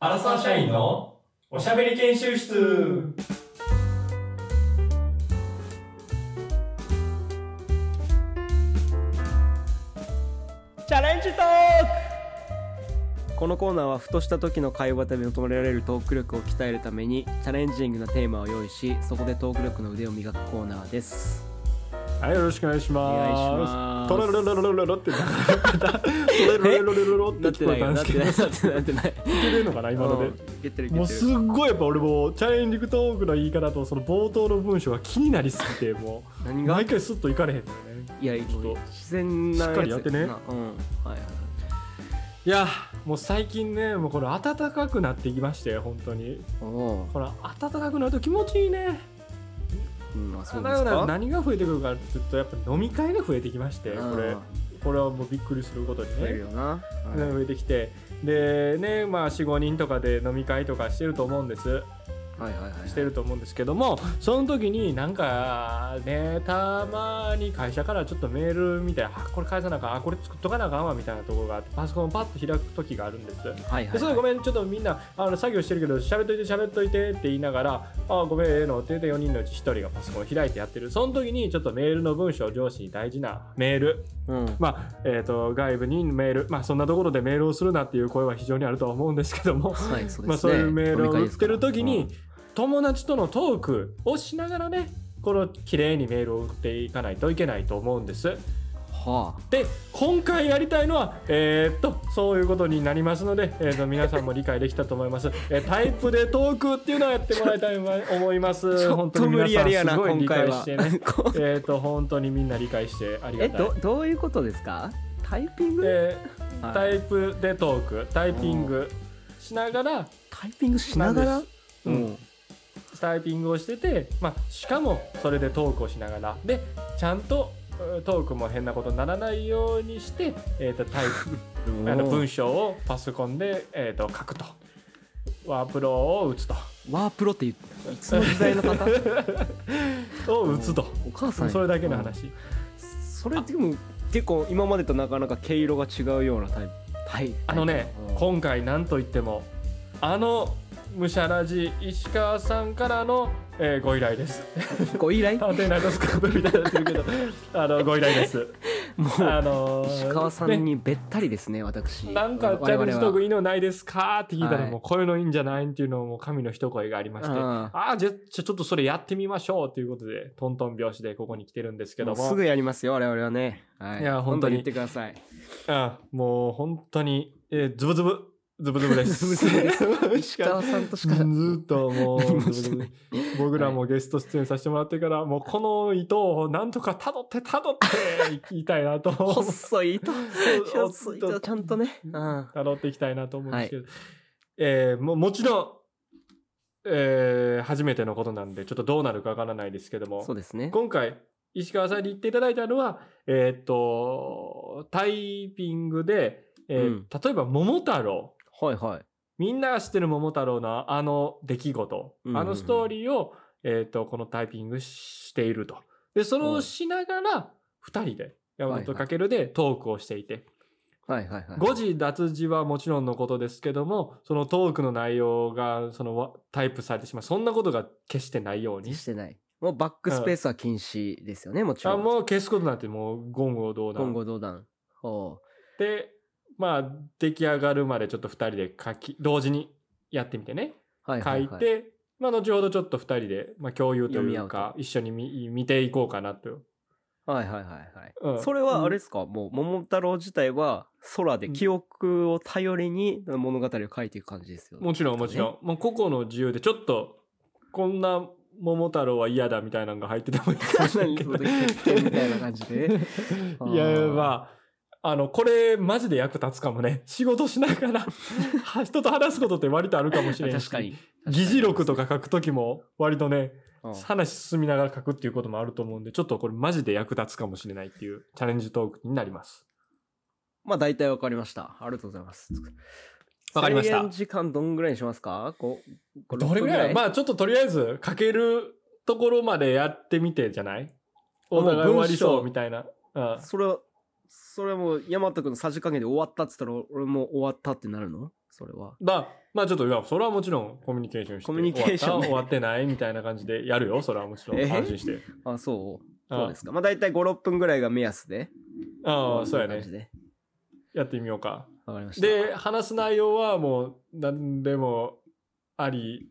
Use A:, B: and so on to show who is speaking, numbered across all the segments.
A: アラサー社員のおしゃべり研修室
B: チャレンジトークこのコーナーはふとした時の会話で求められるトーク力を鍛えるためにチャレンジングなテーマを用意しそこでトーク力の腕を磨くコーナーです
C: はい、よろしくお願いし
B: お願いし
C: ます。
B: ます
C: トロロロロロロロってなんか、トロロロロロロって
B: なって
C: 聞こ
B: な
C: えた
B: いよ
C: んで
B: なっ
C: す
B: て
C: けど、
B: ない
C: い
B: なってないなってない
C: けるのかな、 今の
B: うん
C: で。
B: いけてるい
C: もう
B: けて
C: す
B: る
C: っごいやっぱ俺もチャレンジングトークの言い方とその冒頭の文章が気になりすぎても
B: 何
C: う
B: が
C: 毎
B: い
C: 回スッといかれへんのよね
B: やもう自然なやつ
C: しっかりやってね
B: なうんはいはい
C: いやもう最近ねもうこれ暖かくなってきまして本当に
B: おお
C: これ暖かくなると気持ちいいね
B: ー、うん、まあそ
C: 暖
B: う
C: か
B: で
C: く
B: す
C: なると
B: か
C: 何が増えてくるかって言うとやっぱ飲み会が増えてきましてこれこれはもうびっくりすることに
B: 増え
C: ね
B: るよな、はい
C: 増えてきてでねまあ45人とかで飲み会とかしてると思うんです
B: はいはいはいはい
C: してると思うんですけどもその時になんかねたまに会社からちょっとメールみたいなあこれ返さなあかんあこれ作っとかなあかんわみたいなところがあってパソコンをパッと開く時があるんです。
B: はいはい
C: でそれでごめんちょっとみんなあの作業してるけど喋っといて喋っといてって言いながら「あごめんええの」って言って4人のうち1人がパソコンを開いてやってるその時にちょっとメールの文章上司に大事なメール
B: うん
C: まあえー、と外部にメール、まあ、そんなところでメールをするなっていう声は非常にあるとは思うんですけども、
B: はいそうですね
C: まあ、そういうメールを打ってる時
B: 飲み会
C: に
B: ですか
C: 友達とのトークをしながらねこの綺麗にメールを打っていかないといけないと思うんです。
B: らうんはあ
C: で今回やりたいのは、えーっとそういうことになりますので、えーっと皆さんも理解できたと思います、えータイプでトークっていうのをやってもらいたいと思います
B: ちょっ
C: 本当
B: と
C: に
B: 無
C: 皆さん
B: 理やりや
C: す
B: な、
C: ごい
B: 今
C: 理
B: 回
C: 解
B: は
C: してね。
B: こ
C: えーっと本当にみんな理解してあり
B: え
C: がたい
B: どどういうことですかタイピング、
C: で
B: はい
C: タイプでトークタイピングしながら
B: タイピングしなが
C: な
B: ら
C: んでうんタイピングをしてて、まあ、しかもそれでトークをしながらでちゃんとうんトークも変なことにならないようにして、えー、とタイ プあの文章をパソコンで、えー、と書くとワープロを打つと
B: ワープロって言っていつの時 代の方
C: を打つと
B: お母さんや
C: それだけの話、
B: それでも結構今までとなかなか毛色が違うようなタイプタイ
C: あのね、
B: うん
C: 今回なんといってもあのむしゃらじ石川さんからの、えーご依頼です
B: ご依頼も
C: 探偵ナイトスクープみたいになってるけどあのご依頼ですあ
B: う
C: のー
B: 石川さんにべったりですね私
C: ねなん
B: 我
C: か
B: 々
C: チャレンジトーク
B: はい
C: いのないですかって聞いたら、
B: はい
C: もうこういうのいいんじゃないっていうのをもう神の一声がありまして、
B: うん
C: ああじゃあちょちょっとそれやってみましょうということでトントン拍子でここに来てるんですけど
B: もう
C: も
B: すぐやりますよ我々はね、はい、
C: いや本当に
B: どんどん言ってくだ さい
C: あもう本当に、えー、ズブズブズブズブです
B: ズブズブで石川さんとし か
C: ずっともう
B: 何もしてない
C: 僕らもゲスト出演させてもらってから、もうこの糸をなんとかたどってたどって いきたいなと
B: 細い糸細
C: 細
B: い
C: い
B: 糸
C: 糸
B: ちゃんとね、うん、
C: たどっていきたいなと思うんですけど、えーももちろん、えー初めてのことなんでちょっとどうなるかわからないですけども
B: そうですね
C: 今回石川さんに言っていただいたのはえーっとタイピングで、えー
B: うん
C: 例えば「桃太郎」
B: はいはい
C: みんなが知ってる桃太郎のあの出来事、
B: うんうんうん
C: あのストーリーを、えー、とこのタイピングしていると。で、それ
B: う
C: を
B: ん
C: しながら、2人で、山
B: はいは
C: 本
B: い
C: かけるでトークをしていて、
B: はいはいはい
C: 誤字脱字はもちろんのことですけども、そのトークの内容がそのわタイプされてしまう、そんなことが決してないように。
B: してないもうバックスペースは禁止ですよね、もちろ
C: あ
B: ん
C: もう消すことなんてもう言語道
B: 言
C: 断
B: 語道断ほ
C: で、まあ、出来上がるまでちょっと2人で書き、同時にやってみてね。
B: うはいは
C: 書
B: い
C: い
B: はい
C: て、まあ、後ほどちょっと2人で、まあ、共有と
B: 読
C: い
B: み合
C: う
B: うと
C: か一緒に見見ていこうかなと、
B: はいはいはいはい
C: うん
B: それはあれですか、もう桃太郎自体は空で記憶を頼りに物語を書いていく感じですよ、ね、
C: もちろんもちろん、もう個々の自由でちょっとこんな桃太郎は嫌だみたいなのが入っててもいいかもしれないけど
B: 何その欠点みたいな感じで
C: いやまああのこれマジで役立つかもね仕事しながらは人と話すことって割とあるかもしれない
B: 確かに
C: 議事録とか書く時も割とね
B: うん
C: 話進みながら書くっていうこともあると思うんでちょっとこれマジで役立つかもしれないっていうチャレンジトークになります
B: まあ大体わかりましたありがとうございます
C: わかりました
B: 制限時間どんぐらいにしますかこうこう
C: どれぐらい
B: 六分
C: まあちょっととりあえず書けるところまでやってみてじゃないお互い終わりそうみたいな。うん、
B: それは、それはもう、ヤマト君のさじ加減で終わったっつったら、俺もう終わったってなるのそれは。
C: まあ、まあちょっと、いや、それはもちろんコミュニケーションして。
B: コミュニケーショ
C: 終わっ
B: ンね
C: た終わってないみたいな感じでやるよ、それはもちろん。
B: え
C: 安心して。
B: あ、そう
C: あ
B: そうですか。まあ大体5、6分ぐらいが目安で。
C: ああ、そうや
B: こんな感
C: ね
B: じ。で
C: やってみようか。
B: わかりました。
C: で、話す内容はもう、何でもあり、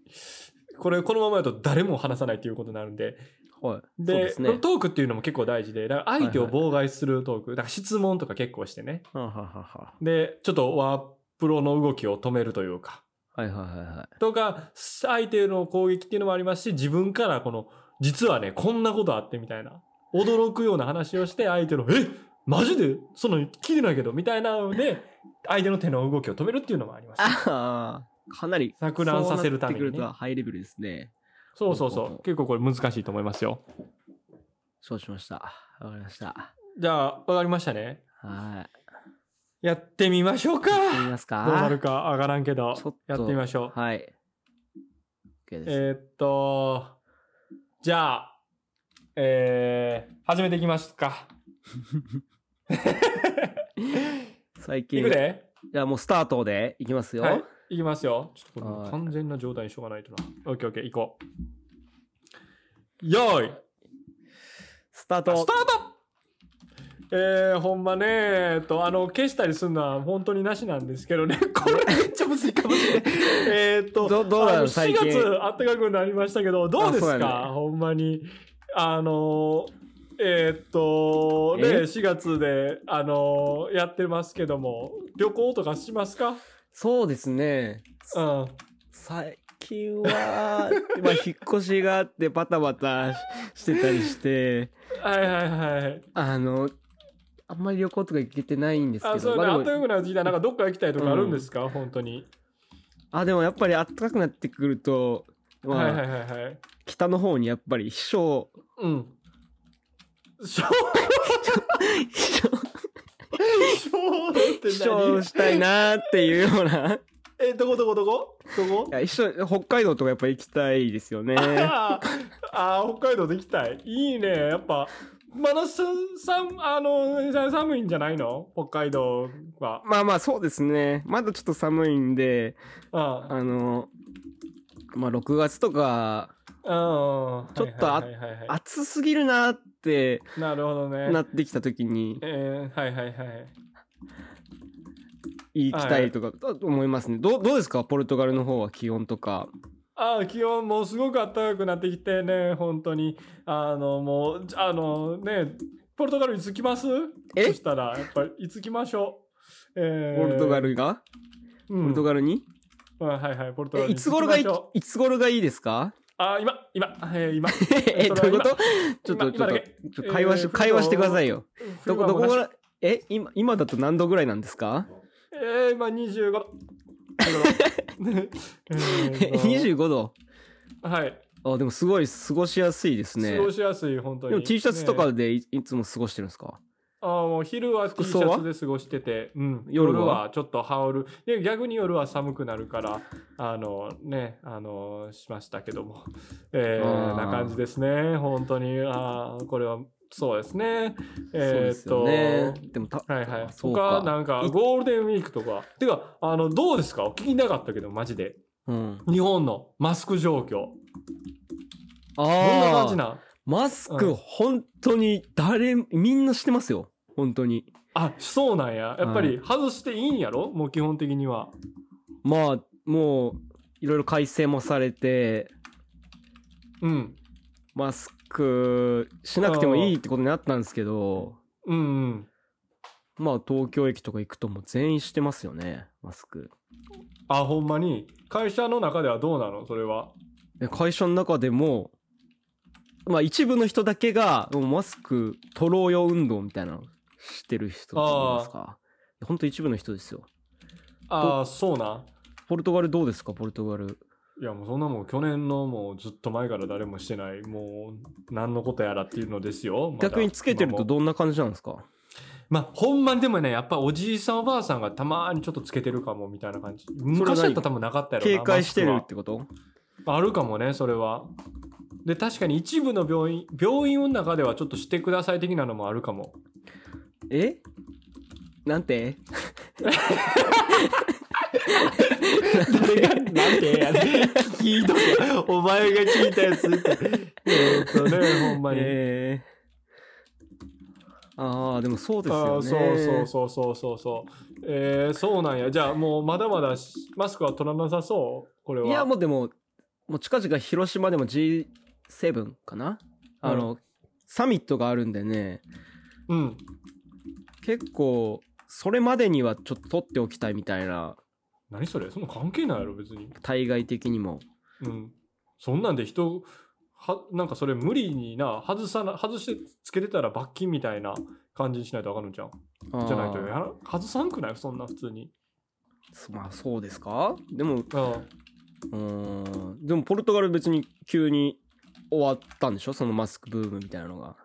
C: これ、このままだと誰も話さないということになるんで。
B: はい。
C: で、
B: そうです
C: この
B: ね。
C: トークっていうのも結構大事で、だから相手を
B: はいは
C: 妨害するトーク、だから質問とか結構してね。
B: ははは
C: で、ちょっとワープロの動きを止めるというか。
B: は。はいはいはいはい。
C: とか、相手の攻撃っていうのもありますし、自分からこの、実はね、こんなことあってみたいな、驚くような話をして、相手の、えマジでその聞いてないけどみたいなので、相手の手の動きを止めるっていうのもあります。
B: ああ、かなり。
C: 錯乱させるためにね
B: そうなってくるとハイレベルですね。
C: そうそうそ
B: ほうほうほ
C: う。
B: う
C: 結構これ難しいと思いますよ。
B: 承知しました。わかりました。
C: じゃあ、わかりましたね。
B: はい。
C: やってみましょうか。
B: やってみますか
C: どうなるかわからんけど
B: ちょっと、
C: やってみましょう。
B: はい。OK です。
C: えーっと、じゃあ、えー、始めていきますか。
B: 最近。
C: いくで
B: じゃあもうスタートでいきますよ。
C: はい、いきますよ。ちょっとこ
B: は
C: れ
B: い
C: 完全な状態にしとかないとな。オッケーオッケー、行こう。よーい
B: スター
C: スター
B: ト
C: トえー、ほんまね、えっと、あの、消したりするのは本当になしなんですけどね、これめっちゃむずいかもしれない。えーっと、
B: どどうなの
C: あの
B: 最
C: ?4
B: 近
C: 月暖かくなりましたけど、どうです
B: あそう
C: か、
B: やね
C: ほんまに。あの、えーっと、ね、
B: え
C: 4月で、あの、やってますけども、旅行とかしますか
B: そうですね。
C: うん。
B: 最近 は、まあ引っ越しがあってバタバタしてたりして、
C: はいはいはい。
B: あの、あんまり旅行とか行けてないんですけど、
C: あ、そうね。
B: ま
C: あ
B: あ
C: っ
B: で
C: た
B: も
C: かくなる時代、なんかどっか行きたいとかあるんですか、本当に。
B: あ、でもやっぱり暖かくなってくると、まあ
C: はいはいはいはい。
B: 北の方にやっぱり秘書、
C: うん。しょ
B: 秘
C: そ
B: 書、
C: うだって
B: 秘書を
C: 何
B: したいなーっていうような。 い
C: え、どこどこどこどこ
B: や、秘書、北海道とかやっぱ行きたいです よね。
C: あーあー、北海道で行きたい。いいね。やっぱ、まださ、さん、あの、さ寒いんじゃないの北海道は。
B: まあまあそうですね。まだちょっと寒いんで、
C: うん。
B: あの、まあ、6月とか、
C: うん。
B: ちょっとあ
C: はいはいはいは
B: 暑すぎるなって
C: い、なるほどね。
B: なってきた時に、
C: えー、はいはいはい。
B: 行きたいとか、と思いますね。どう、どうですかポルトガルの方は気温とか。
C: ああ気温もうすごく暖かくなってきてね、本当に。あの、もう、あのね、ポルトガルいつ来ます
B: え
C: そしたら、やっぱりいつ来ましょう。えー
B: ポルトガルが、
C: うん
B: ポルトガルに、
C: うんはいはい、ポルトガ
B: え、
C: ルに
B: いつ頃がい
C: 行きましょう
B: いつ頃がいいですか
C: あ、今、今、えー、 今。
B: え、
C: それは
B: どういうことちょっ
C: 今今
B: と、ちょっ
C: だ
B: と
C: け、
B: ちょっと会話し、
C: えー
B: 会話してくださいよ。どこ、どこ
C: 冬はも
B: か
C: うなし
B: ら、え、今、今だと何度ぐらいなんですか
C: えー、今25度。25
B: ?25 度。
C: 度。はい。
B: あ、でもすごい過ごしやすいですね
C: 過。ごしやすい、本当に。
B: でも T シャツと
C: ね
B: かでいいつも過ごしてるんですか
C: ああ、もう昼は T シ
B: 装は
C: ャツで過ごしてて、うん、
B: 夜は
C: ちょっと羽織る。で、逆に夜は寒くなるから、あの、ね、あの、しましたけども。え
B: あ
C: ー、
B: ー
C: な感じですね。本当に。ああ、これは、そうですね。
B: そう
C: え
B: で
C: ーっ
B: す
C: と、
B: よね。でもた、
C: はいはい。
B: そうか
C: 他、なんか
B: い、
C: ゴールデンウィークとか。てか、あの、どうですか聞きなかったけど、マジで。
B: うん。
C: 日本のマスク状況。どんな感
B: あ
C: じ
B: あ、
C: なん
B: マスク、
C: うん
B: 本当に誰、みんなしてますよ。本当に。
C: あ、そうなんや。やっぱり、外していいんやろもう基本的には。
B: まあ、もう、いろいろ改正もされて、
C: うん。
B: マスクしなくてもいいってことになったんですけど、
C: うんうん。
B: まあ、東京駅とか行くともう全員してますよね、マスク。
C: あ、ほんまに会社の中ではどうなのそれは。
B: で会社の中でも、まあ、一部の人だけが、もうマスク取ろうよ運動みたいなのしてる人っていますか。本当一部の人ですよ。
C: ああ、そうなん。
B: ポルトガルどうですかポルトガル。
C: いや、もうそんなもん、去年のもうずっと前から誰もしてない、もう、何のことやらっていうのですよ。まだ
B: 逆につけてると
C: 今も
B: どんな感じなんですか
C: まあ、ほんまにでもね、やっぱおじいさんおばあさんがたまーにちょっとつけてるかも、みたいな感じ。昔だったら多分なかったやろな
B: 警戒してる
C: マ
B: っ
C: スク
B: てこと
C: はあるかもね、それは。で、確かに一部の病院、病院の中ではちょっとしてください的なのもあるか も。
B: えなんて誰が
C: なんてやね聞いとけお前が聞いたやつって。え ーっとね、ほんまに。
B: えー、ああでもそうです
C: あ
B: よ
C: あ
B: ね
C: ーそうそうそうそうそうそう。えー、そうなんや。じゃあもうまだまだしマスクは取らなさそうこれは。
B: いやもうでももう近々広島でも G7 かな、あのサミットがあるんでね
C: うん。
B: 結構それまでにはちょっと取っておきたいみたいな
C: 何それそんな関係ないやろ、別に。
B: 対外的にも
C: うん。そんなんで人、はなんかそれ無理にな、外さな、外してつけてたら罰金みたいな感じにしないとあかんのじゃん。
B: あー
C: じゃないとやら、外さんくないそんな普通に。
B: そまあそうですかでも
C: うん。
B: うーんでもポルトガル別に急に終わったんでしょそのマスクブームみたいなのが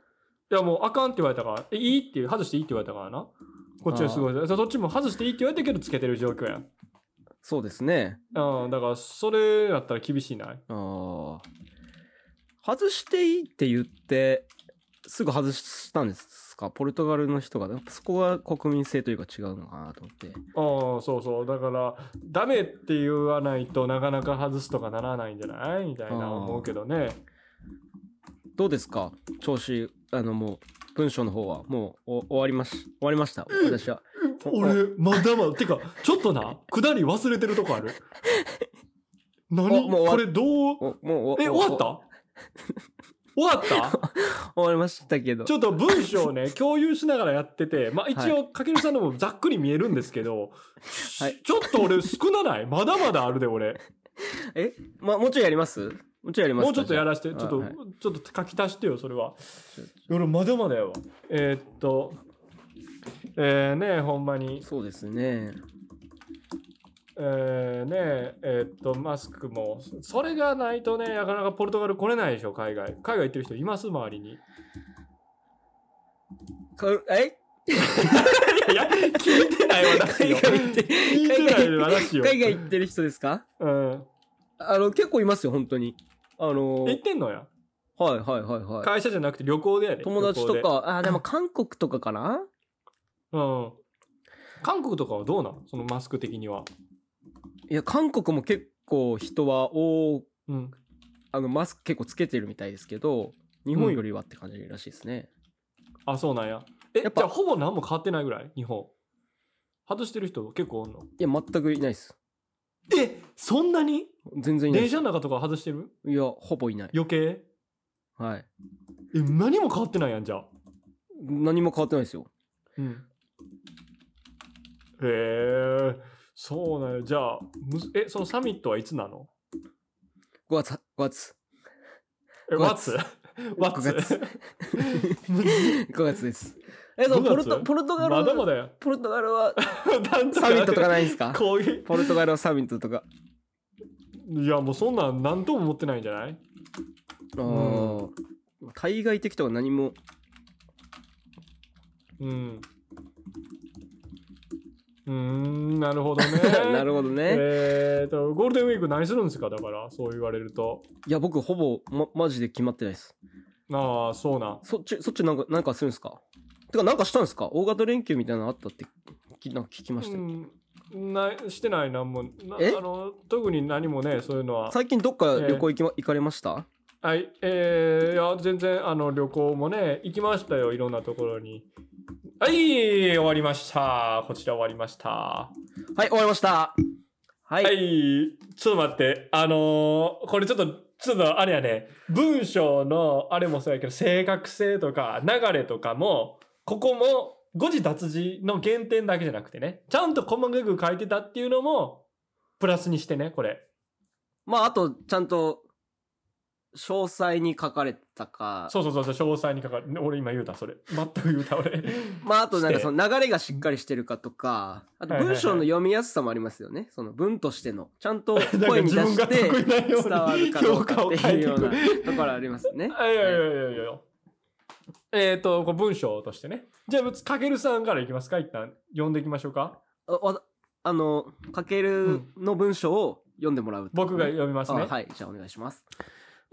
C: いやもうあかんって言われたから、えいいっていう、外していいって言われたからな。こっちはすごい。そそっちも外していいって言われたけど、つけてる状況やん。
B: そうですね
C: うん、だからそれやったら厳しいない。
B: あー外していいって言ってすぐ外したんですかポルトガルの人がそこは国民性というか違うのかなと思って
C: ああ、そうそう。だから、ダメって言わないとなかなか外すとかならないんじゃないみたいな思うけどね。
B: どうですか調子あのもう文章の方はもうお終わりまし終わりました私は
C: 俺、まだまだ。てか、ちょっとな、下り忘れてるとこあ る。何
B: もう終わ
C: これどう、
B: おもうお
C: え、
B: お
C: 終わった終わ った
B: お終わりましたけど
C: ちょっと文章 をね、共有しながらやってて、まあ一
B: は
C: 応、かけるさんのもざっくり見えるんですけど、
B: はい
C: ちょっと俺少なないまだまだあるで、俺。
B: えまもうちょいやりますもうちょいやります
C: もうちょっとやらして、ち
B: あ
C: ょっと、
B: はい
C: ちょっと書き足してよ、それは。俺、まだまだやわ。えーっと、えー、ねえ、ほんまに。
B: そうですね
C: えー、ねえ、えーっと、マスクも。それがないとね、なかなかポルトガル来れないでしょ、海外。海外行ってる人います、周りに。い
B: かえ
C: やいや、聞いてない話
B: 海
C: よ。
B: 外行って
C: 聞いてない話よ。
B: 海外行ってる人ですか
C: うん。
B: あの結構いますよ本当にあの
C: 行ってんのや。
B: はいはいはいは
C: 会社じゃなくて旅行でやで。
B: い友達と
C: 旅行
B: かあーでも韓国とかかな
C: で。うん。韓国とかはどうなんそのマスク的には。
B: いや韓国も結構人はお
C: うん。
B: あのマスク結構つけてるみたいですけど日本よりはって感じらしいですね、
C: あ、そうなんや。え、
B: やっぱ
C: じゃあほぼ何も変わってないぐらい日本。外してる人結構おんの。
B: いや全くいないです
C: え、そんなに
B: 全然いない
C: 電
B: です
C: 車の中とか外してる
B: いやほぼいない
C: 余計
B: はい
C: え、何も変わってないやんじゃあ。
B: 何も変わってないですよ
C: うん。へえ、そうなんや。じゃあ、むずえ、そのサミットはいつなの
B: 5月5月
C: え、
B: 5
C: ワッツ
B: 月
C: ワッ
B: 5月
C: ツ む ず
B: 5月ですえでも
C: 5月
B: ポルトポルトガル
C: まだまだや。
B: ポルトガルは
C: サ
B: サミットとかないんで すか
C: こういう
B: ポルトガルはサミットとか
C: いやもうそんなん何とも思ってないんじゃない
B: あー対外的とか何も
C: うんうーんなるほどね
B: なるほどね。
C: えーとゴールデンウィーク何するんですかだからそう言われると
B: いや、僕、ほぼ、ま、マジで決まってないです。
C: ああそうなん
B: そっち、そっちなんか、なんかするんですかてか、なんかしたんですか大型連休みたいなのあったって、きなんか聞きましたよ、
C: うんなしてない何もな
B: え
C: あの特に何もねそういうのは
B: 最近どっか旅行行き、ま行かれました
C: はいえー、いや全然あの旅行もね行きましたよいろんなところにはい終わりましたこちら終わりました
B: はい、終わりました。はい。
C: はい、ちょっと待って、あのーこれちょっと、ちょっとあれやね、文章のあれもそうやけど、正確性とか流れとかも、ここも誤字脱字の減点だけじゃなくてね、ちゃんと細かく書いてたっていうのも、プラスにしてね、これ。
B: まあ、あと、ちゃんと、詳細に書かれたか、
C: そうそうそうそう、詳細に書かれ俺今言うた、それ。全く言うた、俺。
B: まあ、あと、なん
C: し
B: か
C: て
B: その流れがしっかりしてるかとか、あと、
C: はいはいはい
B: 文章の読みやすさもありますよね。その、文としての。ちゃんと
C: なんか
B: 声に
C: 自
B: 出
C: 分
B: し
C: が
B: て、
C: 得意なよ
B: 伝わ
C: うに
B: るかどう
C: 評価
B: かっ
C: を
B: て
C: 変え
B: い
C: て
B: う
C: い
B: よう
C: く
B: な。ところありますね。
C: あいやいやいやいやいや。えっ、と、こう文章としてね。じゃあ、かけるさんからいきますか一旦、読んでいきましょうか。
B: あわあの、かけるの文章を読んでもらう、
C: 僕が読みますね。
B: あはい、じゃあお願いします。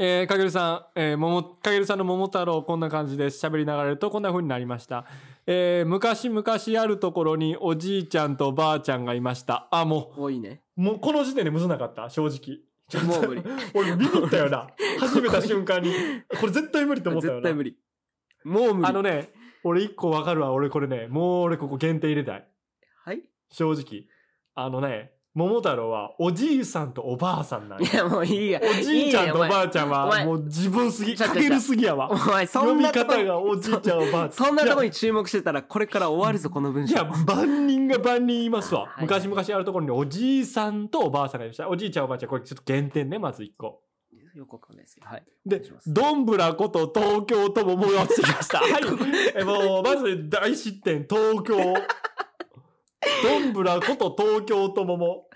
C: えー、かげるさん、えー、ももかげるさんの桃太郎こんな感じです喋りながらやるとこんな風になりました、えー、昔々あるところにおじいちゃんとばあちゃんがいましたあも
B: 多いね。
C: うもうこの時点でむずなかった正直ちょっと
B: もう無理
C: 俺ビビったよな始めた瞬間にこれ絶対無理 と思ったよな
B: 絶対無理。もう無理。
C: あのね俺一個わかるわ俺これねもう俺ここ限定入れたい
B: はい
C: 正直あのね桃太郎はおじいさんとおばあさんなんよ
B: いや、もういいや。
C: おじいちゃんとおばあちゃん
B: お
C: は
B: 前
C: もう自分すぎ、
B: ちょっ
C: か
B: と
C: けるすぎやわ
B: お。前、そ
C: 読
B: ん
C: み
B: なとこ
C: 方がおじいちゃんおばあちゃん。
B: そんなとこに注目してたら、これから終わるぞ、この文
C: いや、
B: 章。
C: 万人が万人いますわ。
B: はい
C: 昔々あるところにおじいさんとおばあさんがいました。おじいちゃんおばあちゃん、これちょっと減点ね、まず一個。
B: よくわかんないですけど。はい。お願
C: で
B: いしま、す
C: どんぶらこと東京とももやってきま した。はい。え、もう、まず大失点、東京。どんぶらこと東京ともも。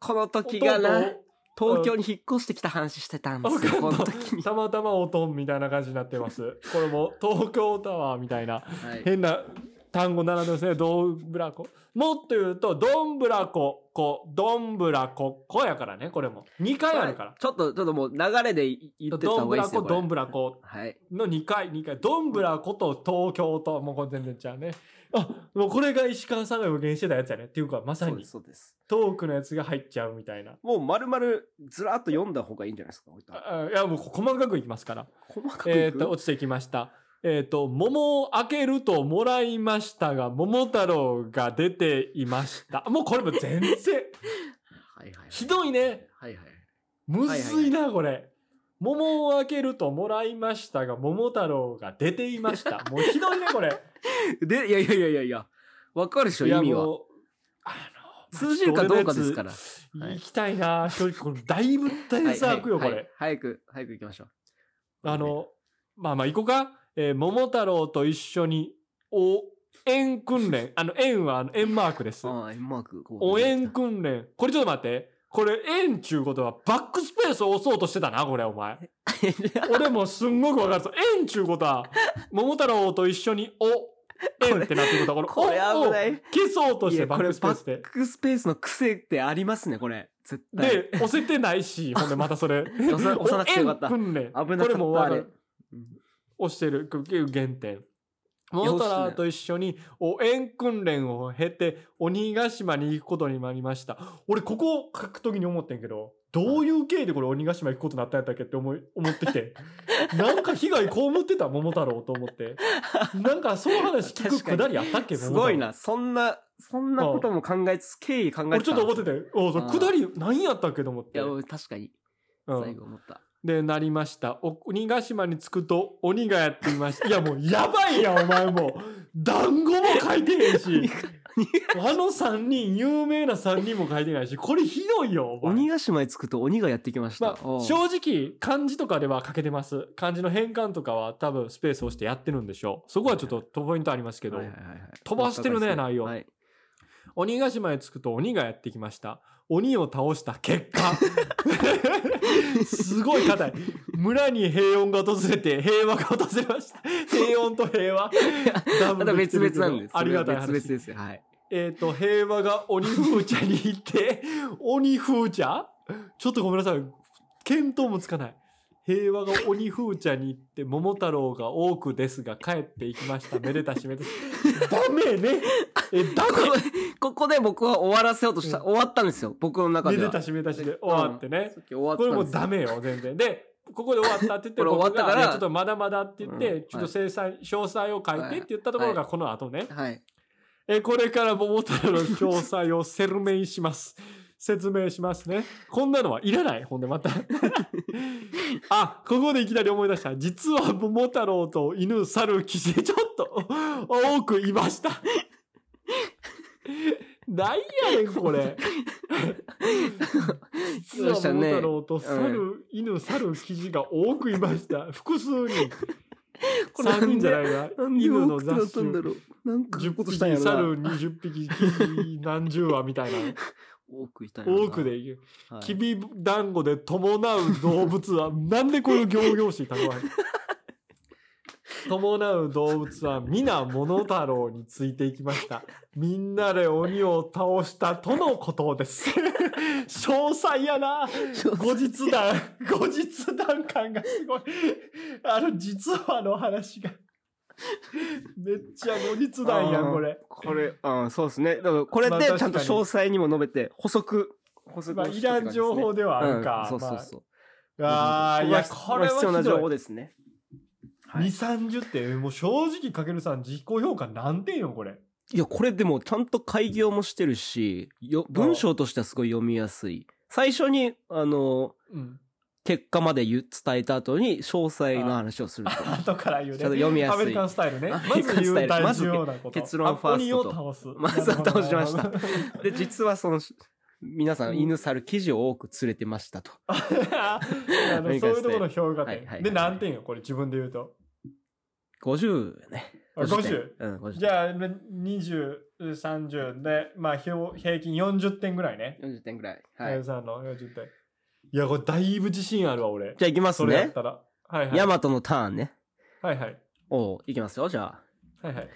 B: この時がな、
C: う
B: 東京に引っ越してきた話してたんですよ、こ
C: わ
B: の
C: かんない
B: 時に。
C: たまたまおとんみたいな感じになってます。これも東京タワーみたいな。
B: はい。
C: 変な単語並んでますね。どんぶらこ。もっと言うと、どんぶらこ、こ、どんぶらこ、こやからね、これも。2回あるから。
B: ちょっと、ちょっともう流れで言ってた
C: ど
B: 方
C: んぶ
B: がいい
C: ら
B: ですよ。
C: こ、
B: これ
C: どんぶらこ
B: はい。
C: の2回、2回。どんぶらこと東京と、もうこれ全然ちゃうね。あ、もうこれが石川さんが予言してたやつやね。っていうか、まさ
B: そうで
C: に
B: す、、そうです。
C: トークのやつが入っちゃうみたいな。
B: もう丸々ずらっと読んだ方がいいんじゃないですか、こういった
C: あいや、もうこ細かくいきますから。
B: 細かくいく。
C: えっ、と、落ちてきました。えっ、と、桃を開けるともらいましたが、桃太郎が出ていました。 もうこれも全然、
B: はいはい。
C: ひどいね。
B: はいはい。
C: むずいな、これ。桃を開けるともらいましたが、桃太郎が出ていました。もうひどいね、こ れ。
B: で、いやいやいやいやいや、わかるでしょ、
C: い
B: 意
C: や
B: 味は。
C: もうあの
B: 通じるかどうかですか。
C: ま
B: ら。
C: あちょっと俺のやつ行きたいな、正直。これ、だいぶ大差開くよ、こ
B: は
C: れ
B: い。早く、早く行きましょう。
C: あの、まあまあ、行こうか。えー桃太郎と一緒に、お、円訓 練。あの、円は、あの、円マークです。
B: ああ、マーク。こう
C: お円訓練。これちょっと待って。これ、円ちゅうことは、バックスペースを押そうとしてたな、これ、お前。 俺もすんごくわかるぞ。円ちゅうことは、桃太郎と一緒に、お、円ってなってることは、
B: これ
C: お
B: 危ない
C: を消そうとし
B: い
C: て、
B: や
C: バ
B: こ
C: ッ
B: れ
C: クスペ
B: バ
C: ース
B: ッ
C: で。
B: クスペースの癖ってありますね、これ。絶対。
C: で、押せてない し、ほんで、またそれ。
B: 押さ押さなくてよかった
C: お円訓練。
B: 危なかった。
C: これもうあ
B: あれ
C: れ。押してるく原点。桃太郎と一緒にお縁訓練を経て鬼ヶ島に行くことになりました。俺ここを書くときに思ってんけど、どういう経緯でこれ鬼ヶ島行くことになったんやったっけって思い、思ってき て。なんか被害被ってた桃太郎と思って。なんかそういう話聞くくだりあったっけ
B: すご
C: 桃太
B: い。
C: 郎
B: な。そんな、そんなことも考えつつ、経緯考え
C: 俺
B: つつ。
C: ちょっと思ってて、おうそれくだり何やったっけと思っ
B: い
C: て。
B: や、俺確かに、
C: うん
B: 最後思った。
C: で、なりました。お鬼ヶ島に着くと、鬼がやっていました。いや、もう、やばいやん、お前もう。団子も書いてへんし。あの三人、有名な三人も書いてないし、これひどいよ、お前。
B: 鬼ヶ島に着くと鬼がやってきまし
C: まあ
B: た。、おう
C: 正直、漢字とかでは書けてます。漢字の変換とかは多分スペースを押してやってるんでしょう。そこはちょっとポイントありますけど。
B: はいはいはいはい
C: 飛ばしてるね内容
B: はい
C: 鬼ヶ島へ着くと鬼がやってきました。鬼を倒した結 果。すごい硬い。村に平穏が訪れて平和が訪れました。平穏と平和。ダ
B: また別々なんです。
C: ありがたい話
B: 別々。ですよ。はい。
C: えっ、と、平和が鬼風茶に行って、鬼風茶ちょっとごめんなさい。見当もつかない。平和が鬼風茶に行って、桃太郎が多くですが帰っていきました。めでたしめでたし。ダメね。え、ダメ
B: こここ こで僕は終わらせようとした、
C: うん
B: 終わったんですよ。僕の中
C: め
B: で
C: で
B: は。
C: たしめでたしで終わってね
B: さ。っき終わった
C: こ
B: ん
C: れ
B: です
C: もうダメよ、全然。で、ここで終わったって言って、
B: これ終わったから
C: 僕がいやちょっとまだまだって言って、
B: うん
C: ちょっと制裁、詳細を書いてって言ったところがこの後ね。
B: はい。
C: え、これから桃太郎の詳細を説明します。 説明しますね。こんなのはいらない。ほんでま た。あ、ここでいきなり思い出した。実は桃太郎と犬、猿、キセちょっと多くいま した。なんやねん、これ。実は桃太郎と猿、犬、猿、キジが多くいま した。複数人。
B: これなんで
C: 3人じゃないな。犬の
B: な
C: 雑
B: った
C: 種
B: んだ。ろう。なんか、
C: 10
B: こと
C: 匹
B: したんやろな
C: 猿20匹キジ何十羽みたいな
B: 多くいたんやろな
C: 多く、でいる
B: はい
C: きびだんご で伴う動物はなんでこういう行々しい単語が入る伴う動物は皆物太郎についていきました。みんなで鬼を倒したとのことです。 詳細やな。後日談、後日談感がすごい。あの、実はの話が。めっちゃ後日談やん、
B: あー
C: これ。
B: これ、うん、そうですね。だからこれ
C: まあ
B: で
C: 確
B: ち
C: か
B: ゃん
C: に
B: と詳細にも述べて、補足、補足
C: ま
B: を
C: あ、
B: してっ
C: い
B: て
C: ら
B: 感
C: ん
B: じですね
C: 情報ではあるか。
B: うん、そうそうそう。
C: まああー、いや、
B: こ
C: こ
B: れ
C: れ
B: は
C: は
B: 必要な
C: ひど
B: 情
C: い
B: 報ですね。はい
C: 二三20点もう正直かけるさん自己評価何点よこれ
B: いや、これでもちゃんと開業もしてるし、よ文章としてはすごい読みやすい。最初に、あの、
C: うん
B: 結果まで言う伝えた後に詳細な話をすると。
C: 後から言う
B: ちゃんと
C: ね
B: 読みや
C: アメ
B: す
C: リ
B: い
C: カ。ンスタイルね
B: アメ
C: ま
B: リカン
C: ず
B: ス
C: 言
B: タイル
C: う大事要なこと
B: まず結論フ
C: あ
B: ァーストと
C: 鬼を倒す
B: まずは倒しました
C: なるほど
B: で、実はその、皆さ
C: うんん
B: 犬猿記事を多く連れてましたと。
C: あのそういうところの評価点、
B: はいはいはい
C: で何点よこれ自分で言うと
B: 50ね。
C: あ50
B: 点うん、50点。
C: じゃあ2030でまあひょ平均40点ぐらいね
B: 40点ぐらい。は。
C: はいい、さんの40点いやこれだいぶ自信あるわ俺
B: じゃあ行きます
C: それやっ
B: ね。
C: たらはいはい
B: ヤマトのターンね。
C: はいはい
B: おう、行きますよ、じゃあ。
C: はいはい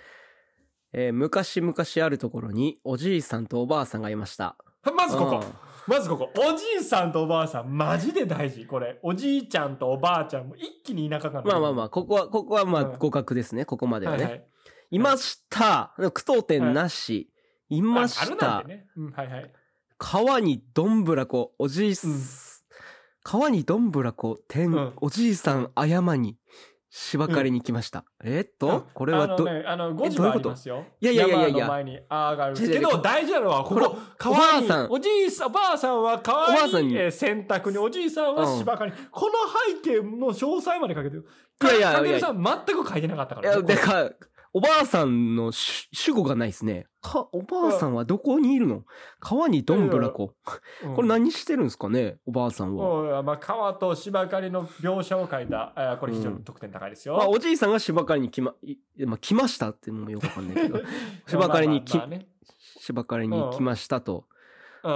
B: えー昔々あるところにおじいさんとおばあさんがいました。
C: まずこ
B: う
C: こ
B: ん。
C: まずここ。おじいさんとおばあさん、マジで大事。これ。おじいちゃんとおばあちゃんも一気に田舎から。
B: まあまあまあ、ここは、ここはまあ
C: うん
B: 互角ですね、ここまでは
C: はいは
B: ね。
C: い。
B: いました句読点なし。いま
C: ああ
B: し
C: るなん
B: た
C: てね。うん、はいはい。
B: 川にどんぶらこ、おじい
C: うん
B: す、川にどんぶらこ、
C: う
B: 天
C: ん、
B: おじいさんあやまに、しばかりに来ました。えーっと、これは
C: あの
B: ど、
C: ね、あの、5時
B: ど
C: は
B: ういう
C: あ
B: こと
C: りますよ。
B: いやいやいやいや
C: 山の前に、あーがあるんです
B: 違う
C: け
B: 違う違う
C: ど、大事なのは、こ
B: これ
C: こ、川
B: おばあ
C: に
B: さん、
C: おじいさん、おばあさんは
B: おば
C: 川
B: あさん
C: に、
B: に
C: えー洗濯に、おじいさんは芝刈り。この背景の詳細まで書けてる。
B: いやい
C: か
B: や
C: か
B: い
C: け
B: やいや
C: るさん、全く書いてなかったか
B: い
C: ら
B: や、
C: ね。
B: でか、おばあさんの主主語がないですね。か、おばあさんはどこにいるの川にどんぶらこ。
C: うん
B: これ何してるんですかねおばあさんは。
C: うんまあ、川と芝刈りの描写を書いた、あーこれ非常に得点高いですよ。、
B: まあ、おじいさんが芝刈りに来ま、いまあ、来ましたってもうよくわかんないけど 芝刈りにき
C: まあまあまあね
B: 芝刈りに来ましたと。
C: うん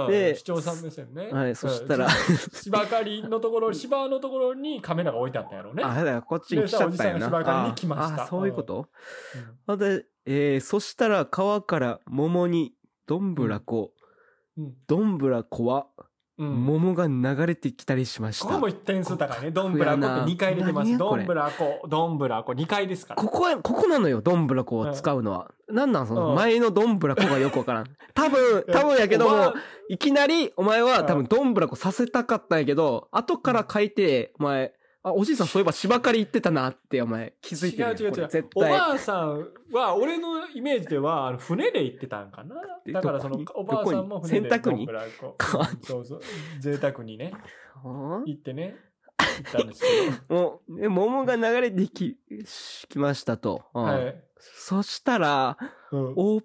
B: で
C: 視聴者目線ね。
B: はい、そしたら
C: うん、 芝刈りのところ、芝のところにカメラが置いてあったんやろうね。
B: あ、だからこっちに来ちゃったんや
C: でさお
B: な。
C: じさんが芝刈りに来ました
B: ああそういうこと、
C: うん
B: あで、えー、そしたら川から桃に、どんぶらこ、
C: うん
B: どんぶらこは、
C: うん
B: 桃が流れてきたりしました。
C: ここも点数高いね。どんぶらこって2回出てま
B: 何
C: す。
B: やこ
C: ど
B: れ
C: んぶらこ、どんぶらこ2回ですから。
B: ここは、ここなのよ、どんぶらこを使うのは。なんなんその、前のどんぶらこがよくわからん。多分、多分やけど
C: おば
B: も
C: あ、
B: いきなり、お前は多分どんぶらこさせたかったんやけど、後から書いて、お前、あ、おじいさんそういえば芝刈り行ってたなって、お前、気づいてるよ。
C: 違う違う
B: こ
C: 違
B: れ
C: う
B: 絶
C: お
B: 対。
C: ばあさんは、俺のイメージでは、あの船で行ってたんかな。
B: で
C: だからそ
B: ど
C: の、
B: こ
C: お
B: に
C: ばあさんも船で
B: どこ
C: ど
B: に
C: んぶらこ。
B: 洗濯に
C: うんそうそう。贅沢にね、
B: はあ
C: 行って ね、行ったんですけど。
B: もう、ね桃が流れてき、しきましたと。うん
C: はい。
B: そしたら、
C: うん
B: お、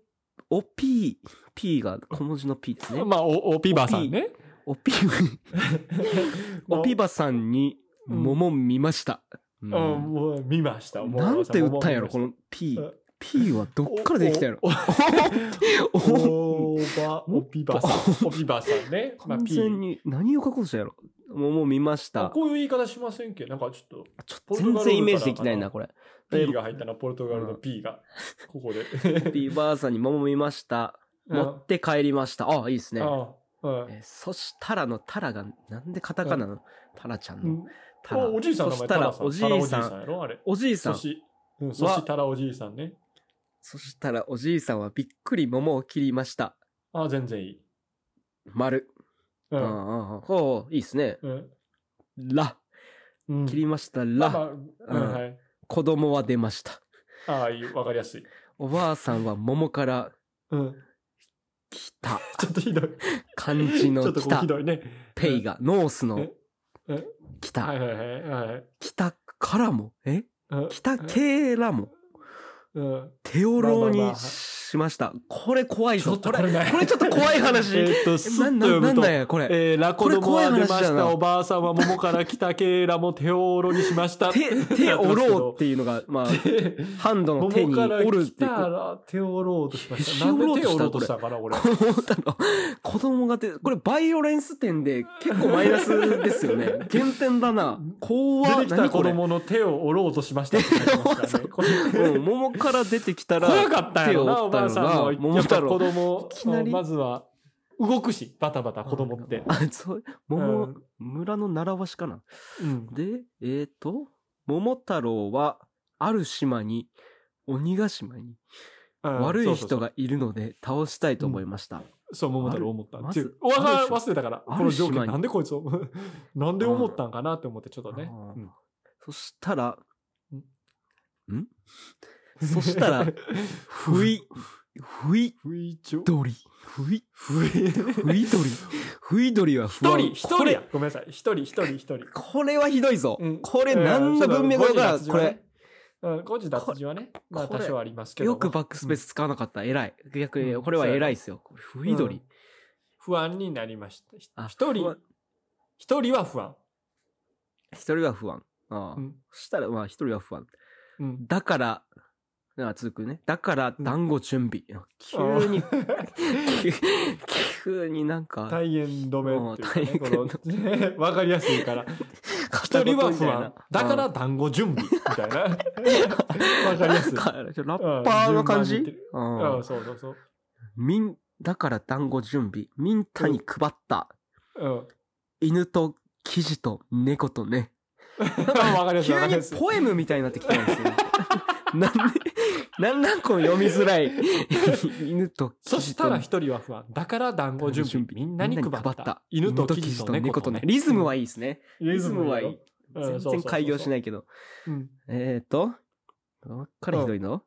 B: おぴー、ぴーが小文字のぴーですね。
C: まあ、お、おピバさんね。
B: おぴー、 おぴばさんに桃見ました。う
C: うん、もう見ました。もう
B: なんて売ったんやろ、こ
C: の。
B: の P
C: うん。
B: P はどっからできたんやろ。お お
C: おば、おピバさん。おピバさん ね。まあ、
B: 完
C: ピ
B: 全に何を書こうとしたんやろ。桃見ました。
C: こういう言い方しませんっけなんかちょっ
B: ちょっと全然イメージできないな、これ。
C: と、
B: え
C: P が入ったな、ポルトガルの P が。ここで。
B: P ばあさんに桃見まし
C: う
B: た。
C: ん
B: 持って帰りました。あ、いいですね。
C: ああうん
B: えーそしたらのタラが、なんでカタカナのタラちゃんのタラ。
C: おおじいさんの
B: そ
C: 名前
B: し
C: タ
B: た
C: ラ
B: ら
C: さん
B: おじい
C: タ
B: さ
C: ラおじいさん
B: ん。
C: やろあれ。
B: おじいさ
C: 寿
B: ん。
C: 司。うん、寿司タラおじいさんね。
B: そしたらおじいさんはびっくり桃を切りました。
C: ああ、全然いい。
B: 丸。
C: う。
B: うんうんんうん。ほう、いいですね。
C: うん。
B: ら。
C: うん
B: 切りました
C: ま
B: ら、
C: あまあうんはい。
B: 子供は出ました。
C: ああ、いい。わかりやすい。
B: おばあさんは桃から
C: うん。
B: 来 た。
C: ちょっとひどい。
B: 漢字
C: ちょ
B: の
C: っと
B: 来
C: こう
B: た
C: ひ。どいね。
B: ペイが、ノースの
C: ええ
B: 来
C: うん。は
B: た。
C: いはいはいはいはい。
B: 来たからも、え
C: うん
B: 来たけらも、
C: うん、
B: 手をろう
C: まあまあま
B: に
C: あ
B: しました。これ怖い
C: ちょ
B: ぞ。
C: っと
B: これ、
C: これね
B: これちょっと怖い話。
C: え
B: え
C: ーっとスッと
B: な、な、
C: 読む
B: なん
C: と
B: だよ、これ。
C: えー、ラコども
B: これ怖い
C: は
B: 話
C: 出まし
B: だな
C: たおばあさんは桃から来たけらも手をおろにしました
B: 手、手おろうっていうのが、まあ、ハンドの
C: 桃
B: 手に
C: か
B: お
C: ら
B: るっ
C: 来
B: ていう。
C: た
B: こ
C: ら手をおろうとしまし
B: 手
C: た
B: を
C: なん
B: 折ろう
C: で
B: と
C: 手
B: し
C: を
B: た
C: おろうとしたかな俺
B: 子供だの、子供が手、これバイオレンス点で結構マイナスですよね。減点だな。怖
C: 出
B: 何
C: てきた
B: こ
C: 子
B: れ
C: 供の手を折ろうとしましたって書いてます からねこれ
B: うん、桃から出てきたら、
C: 怖かったんやろな、おばあさん
B: が
C: も。
B: 桃
C: やっぱ
B: 太
C: 子
B: 郎。
C: 供
B: いきなり
C: まずは動くし、バタバタ子供って。
B: あ、そう、桃、村の習わしかな。
C: うん
B: で、えっ、と、桃太郎は、ある島に、鬼ヶ島に、
C: うん
B: 悪い
C: そ
B: 人
C: うそうそう
B: がいるので倒したいと思いました。
C: そう、桃太郎思った。
B: ま
C: って
B: ず
C: いう。おわ
B: ある
C: が
B: 島
C: 忘れたから、
B: あ
C: こ
B: る
C: の
B: 島
C: 条
B: に
C: 件、なんでこいつを、 なんで思ったんかなって思って、ちょっとね。
B: あー
C: うん
B: そしたら、んそしたら、ふい、ふい
C: 不意調。
B: 鳥。ふい、
C: 不意。
B: ふい鳥。ふい鳥は不
C: 一
B: 安
C: 人、一
B: こ
C: 人
B: れ
C: や。ごめんなさい。一人、一人、一人。
B: これはひどいぞ。
C: うん
B: これ何の文脈だ
C: う
B: か
C: ん
B: これ。。
C: 5時脱字はね、まあ
B: これ
C: 多少ありますけど。
B: よくバックスペース使わなかった。偉い。逆に、
C: うん
B: これは偉いですよ。ふい鳥。
C: 不安になりました。ひ
B: あ
C: 一
B: 不
C: 人
B: 安、
C: 一人は不安。
B: 一人は不安。ああ
C: うん
B: そしたら、まあ一人は不安。
C: うん。
B: だから、あ続くね。だから、団子準備。急 に、急になんか、
C: 体言止めっていうかね
B: うん
C: このわかりやすいから。一
B: 片言
C: 人はい
B: みた
C: 不
B: な
C: 安。だか、
B: う
C: ら
B: ん
C: 団子準備みたいな。わかりやすい。
B: なんかラッパーの感じ、
C: うん順番に言ってる
B: うん
C: うん、そうそうそう。
B: みん、だから団子準備。ミンタに配った。
C: うん。
B: 犬と、生地と、猫とね。
C: わかりやすい、わか
B: 急
C: り
B: に
C: やすい。
B: ポエムみたいになってきたんですよ。 なんで、 なんなんこの読みづらい。 犬と生地と、
C: そしたら一人は不安。だから団子準備。みんなに配った。犬とキジと猫とね。
B: リズムはいいですね。リズムはいい。
C: うん。。
B: 全然開業しないいけど。
C: うん
B: えーと、どっからひどいの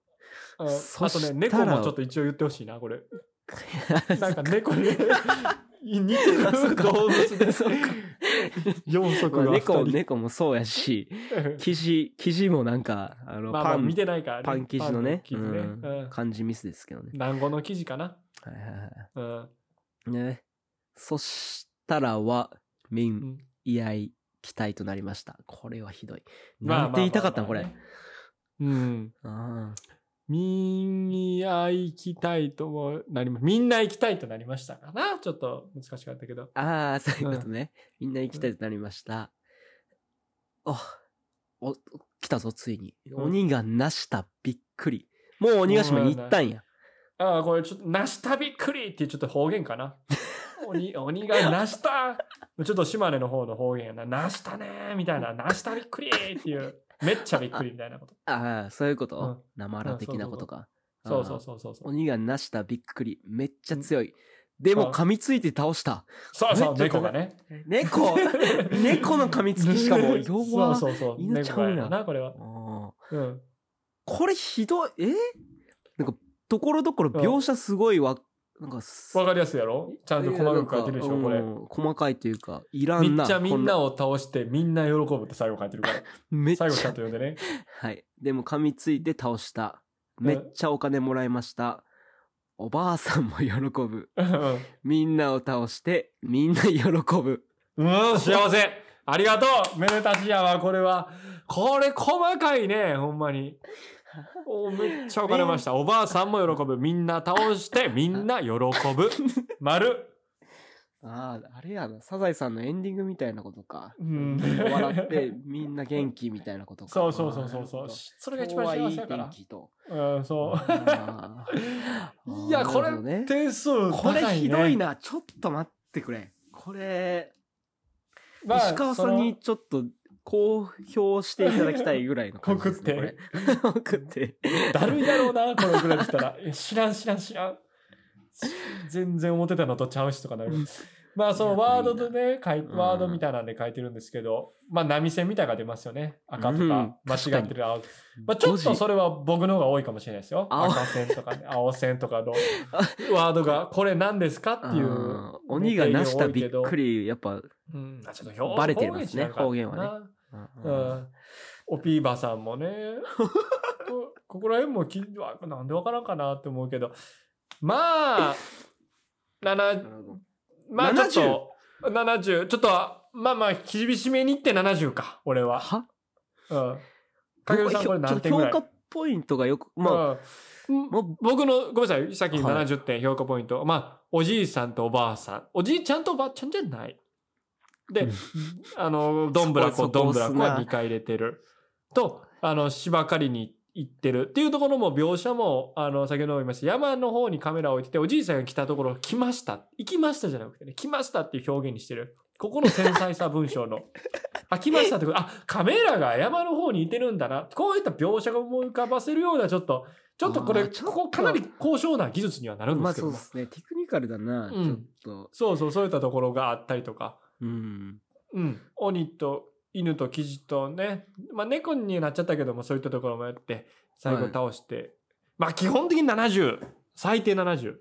C: あ
B: そ
C: あと
B: した
C: ね、
B: ら
C: 猫もちょっと一応言ってほしいな、これ。なん か猫 ね。似てる
B: あそっか
C: 動物です
B: そっか。
C: 四足
B: まあ
C: が二人
B: 猫、猫もそうやし、生地、生地もなんか、あの、
C: まあま
B: パ
C: あ
B: ン
C: 見、てないからね。
B: パン生地のね、
C: パンの生地ね
B: うん
C: うん
B: 漢字ミスですけどね。
C: 団子の生地かな。
B: はいはいは
C: うん。
B: いね。そしたらは、民
C: う、ん
B: 居合期待となりました。これはひどい。なんて言いたかったのこれ。。
C: うん。
B: あ
C: みんな行きたいともなりま、みんな行きたいとなりましたかな。ちょっと難しかったけど。
B: あああ、そういうことね。みんな行きたいとなりました。あ、お、来たぞ、ついに。
C: うん
B: 鬼がなした、びっくり。もう鬼ヶ島に行ったんや。
C: ああ、これちょっと、なしたびっくりってちょっと方言か な。鬼、鬼がなした。ちょっと島根の方の方言やな。なしたねーみたいな。なしたびっくりっていう。めっちゃびっくりみたいなこと。
B: ああ、 そういうこと、
C: うん
B: なまら的なことか。
C: そうそう
B: う。
C: そうそうそう。
B: 鬼がなした、びっくり。めっちゃ強い。でも噛みついて倒した。
C: そうそう、
B: めっちゃ
C: 猫がね。
B: 猫猫の噛みつきしかも、弱
C: そうそう そう。
B: 犬ちゃうやん
C: 猫がな、これは。
B: ああ
C: うん。
B: これひどい、えなんか、ところどころ描写すごいわ、なんかす、
C: わかりやすいやろちゃんと細かく書いてるでしょ、これ
B: う。ん細かいというか、いら
C: め
B: んな。
C: っちゃみんな
B: こ
C: を倒してみんな喜ぶって最後書いてるから。
B: んなめっち
C: 最
B: ゃ
C: 後ちゃんと読んでね。
B: はい。でも噛みついて倒し
C: う
B: た。
C: ん
B: めっちゃお金もらいました。おばあさんも喜ぶ。
C: う
B: みんなを倒して、みんな喜ぶ。
C: ん、うん幸せありがとうめでたしやわ、これは。これ細かいね、ほんまに。おめっちゃわかりました。おばあさんも喜ぶ。みんな倒してみんな喜ぶ。丸。
B: ああ、あれやな。サザエさんのエンディングみたいなことか。
C: うん
B: 笑って、みんな元気みたいなこと か。
C: そうそうそうそうそう。そ
B: そ
C: れが一番幸せやか
B: いい
C: ら
B: 天。気と。
C: うん、そ
B: あ
C: う。
B: ー
C: いや、これ
B: なるほどね、
C: 点数
B: こ
C: 高いね。
B: れひどいな。ちょっと待ってくれ。これ、
C: まあ。
B: 石川さんにちょっと公表していただきたいぐらいの感じですね。
C: 送って
B: これ 送って。
C: だるいだろうな、このぐらい来たら。 いや知らん、知らん、知らん。全然思ってたのとちゃうしとかなる。まあ、そのワードとね、書い
B: うん
C: ワードみたいなんで書いてるんですけど、まあ、波線みたいなのが出ますよね。赤と
B: うん
C: か、間違ってる青。まあ、ちょっとそれは僕の方が多いかもしれないですよ。
B: 青
C: 赤線と かね、青線とかのワードが、これ何ですかっていう。
B: あー鬼がなしたびっく
C: り。
B: り、やっぱ、
C: うん、あちょっと表
B: バレてますね
C: 方言しながら
B: 方言はね
C: なうん。オピーバさんもね、こここら辺もきわなんでわからんかなって思うけどまあ7
B: なるほど
C: まあちょっと70ちょっとまあまあ厳しめにいって70か俺は。
B: は
C: うん。かけるさんこれ何点ぐらい
B: 評価ポイントがよく、まあ、
C: うん
B: まあ
C: 僕の、ごめんなさい、さっき
B: はい
C: 70点評価ポイント。まあ、おじいさんとおばあさん。おじいちゃんとおばあちゃんじゃない。
A: う
C: で
A: ん、
C: あの、どんぶら
B: そ
C: こ、
B: こそ
C: ど
B: こ
C: んぶ
B: っす
C: ら
B: な
C: こは2回入れてる。と、あの、芝刈りに行ってるっていうところも描写も、あの、先ほども言いました、山の方にカメラを置いてて、おじいさんが来たところ、来ました。行きましたじゃなくてね、来ましたっていう表現にしてる。ここの繊細さ、文章の。あ、来ましたってこと、あ、カメラが山の方にいてるんだな。こういった描写が思い浮かばせるような、ちょっと、ちょっとこ
B: あ
C: れ、
B: ーちょっと
C: ここかなり高尚な技術にはなるんで
B: ますあ
C: けど
B: そう
C: も、
B: ですね。テクニカルだな、
C: うん
B: ちょっと。
C: そうそう、そういったところがあったりとか、
B: うん。
C: うん、鬼と犬とキジとね、まあ猫になっちゃったけども、そういったところもやって、最後
B: はい
C: 倒して、まあ基本的に70、最低70。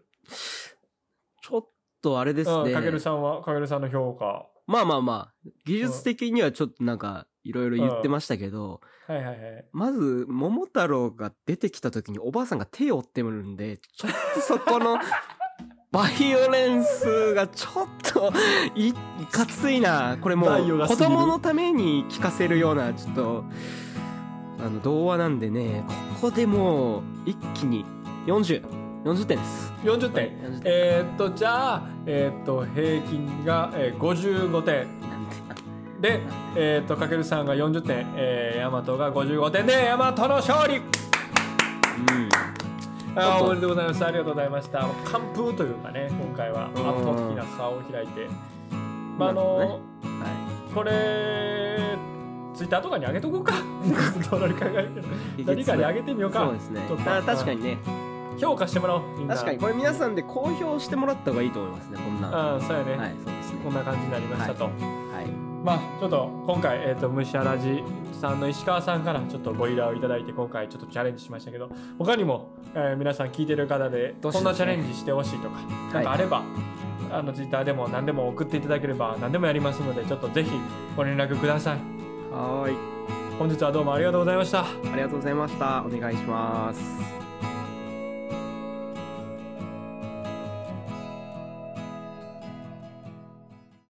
B: ちょっとあれです
C: うん
B: ね。
C: かけるさんは、かけるさんの評価。は
B: まあまあまあ、技術的にはちょっとなんか、いろいろ言ってましたけど、
C: いはいはい。
B: まず、桃太郎が出てきた時におばあさんが手を折ってるんで、ちょっとそこ の、バイオレンスがちょっとい、いかついな。これも
C: バイオ
B: う、
C: が過
B: 子
C: ぎる
B: 供のために聞かせるような、ちょっと、あの、童話なんでね、ここでもう、一気に、40、40点です。
C: 40点。
B: はい40点
C: えーっと、じゃあ、えーっと、平均が、えー55点。
B: なんてあ
C: で、えー、とかけるさんが40点、えー、ヤマトが55点でヤマトの勝利あーおめでとうございますありがとうございました完封というかね今回は圧倒的な差を開いてまああ
B: なる
C: の
B: ほ、うん。はい。
C: これツイッターとかに上げとこうか どうなるかが何かに上げてみようか
B: そうですね
C: ちょっと
B: あ確かにね
C: 評価してもらおうみんな
B: 確かにこれ皆さんで公表してもらった方がいいと思いますねこんなんは
C: あそうやね、
B: いそうですね
C: こんな感じになりましたと、
B: はい
C: まあちょっと今回、えー、とムシャラジさんの石川さんからちょっとご依頼をいただいて今回ちょっとチャレンジしましたけど他にも、えー皆さん聞いてる方で
B: ど
C: こん
B: しどしね
C: なチャレンジしてほしいとか
B: い
C: なんかあれば、あのツイッターでも何でも送っていただければ何でもやりますのでちょっとぜひご連絡ください
B: はーい
C: 本日はどうもありがとうございました
B: ありがとうございましたお願いします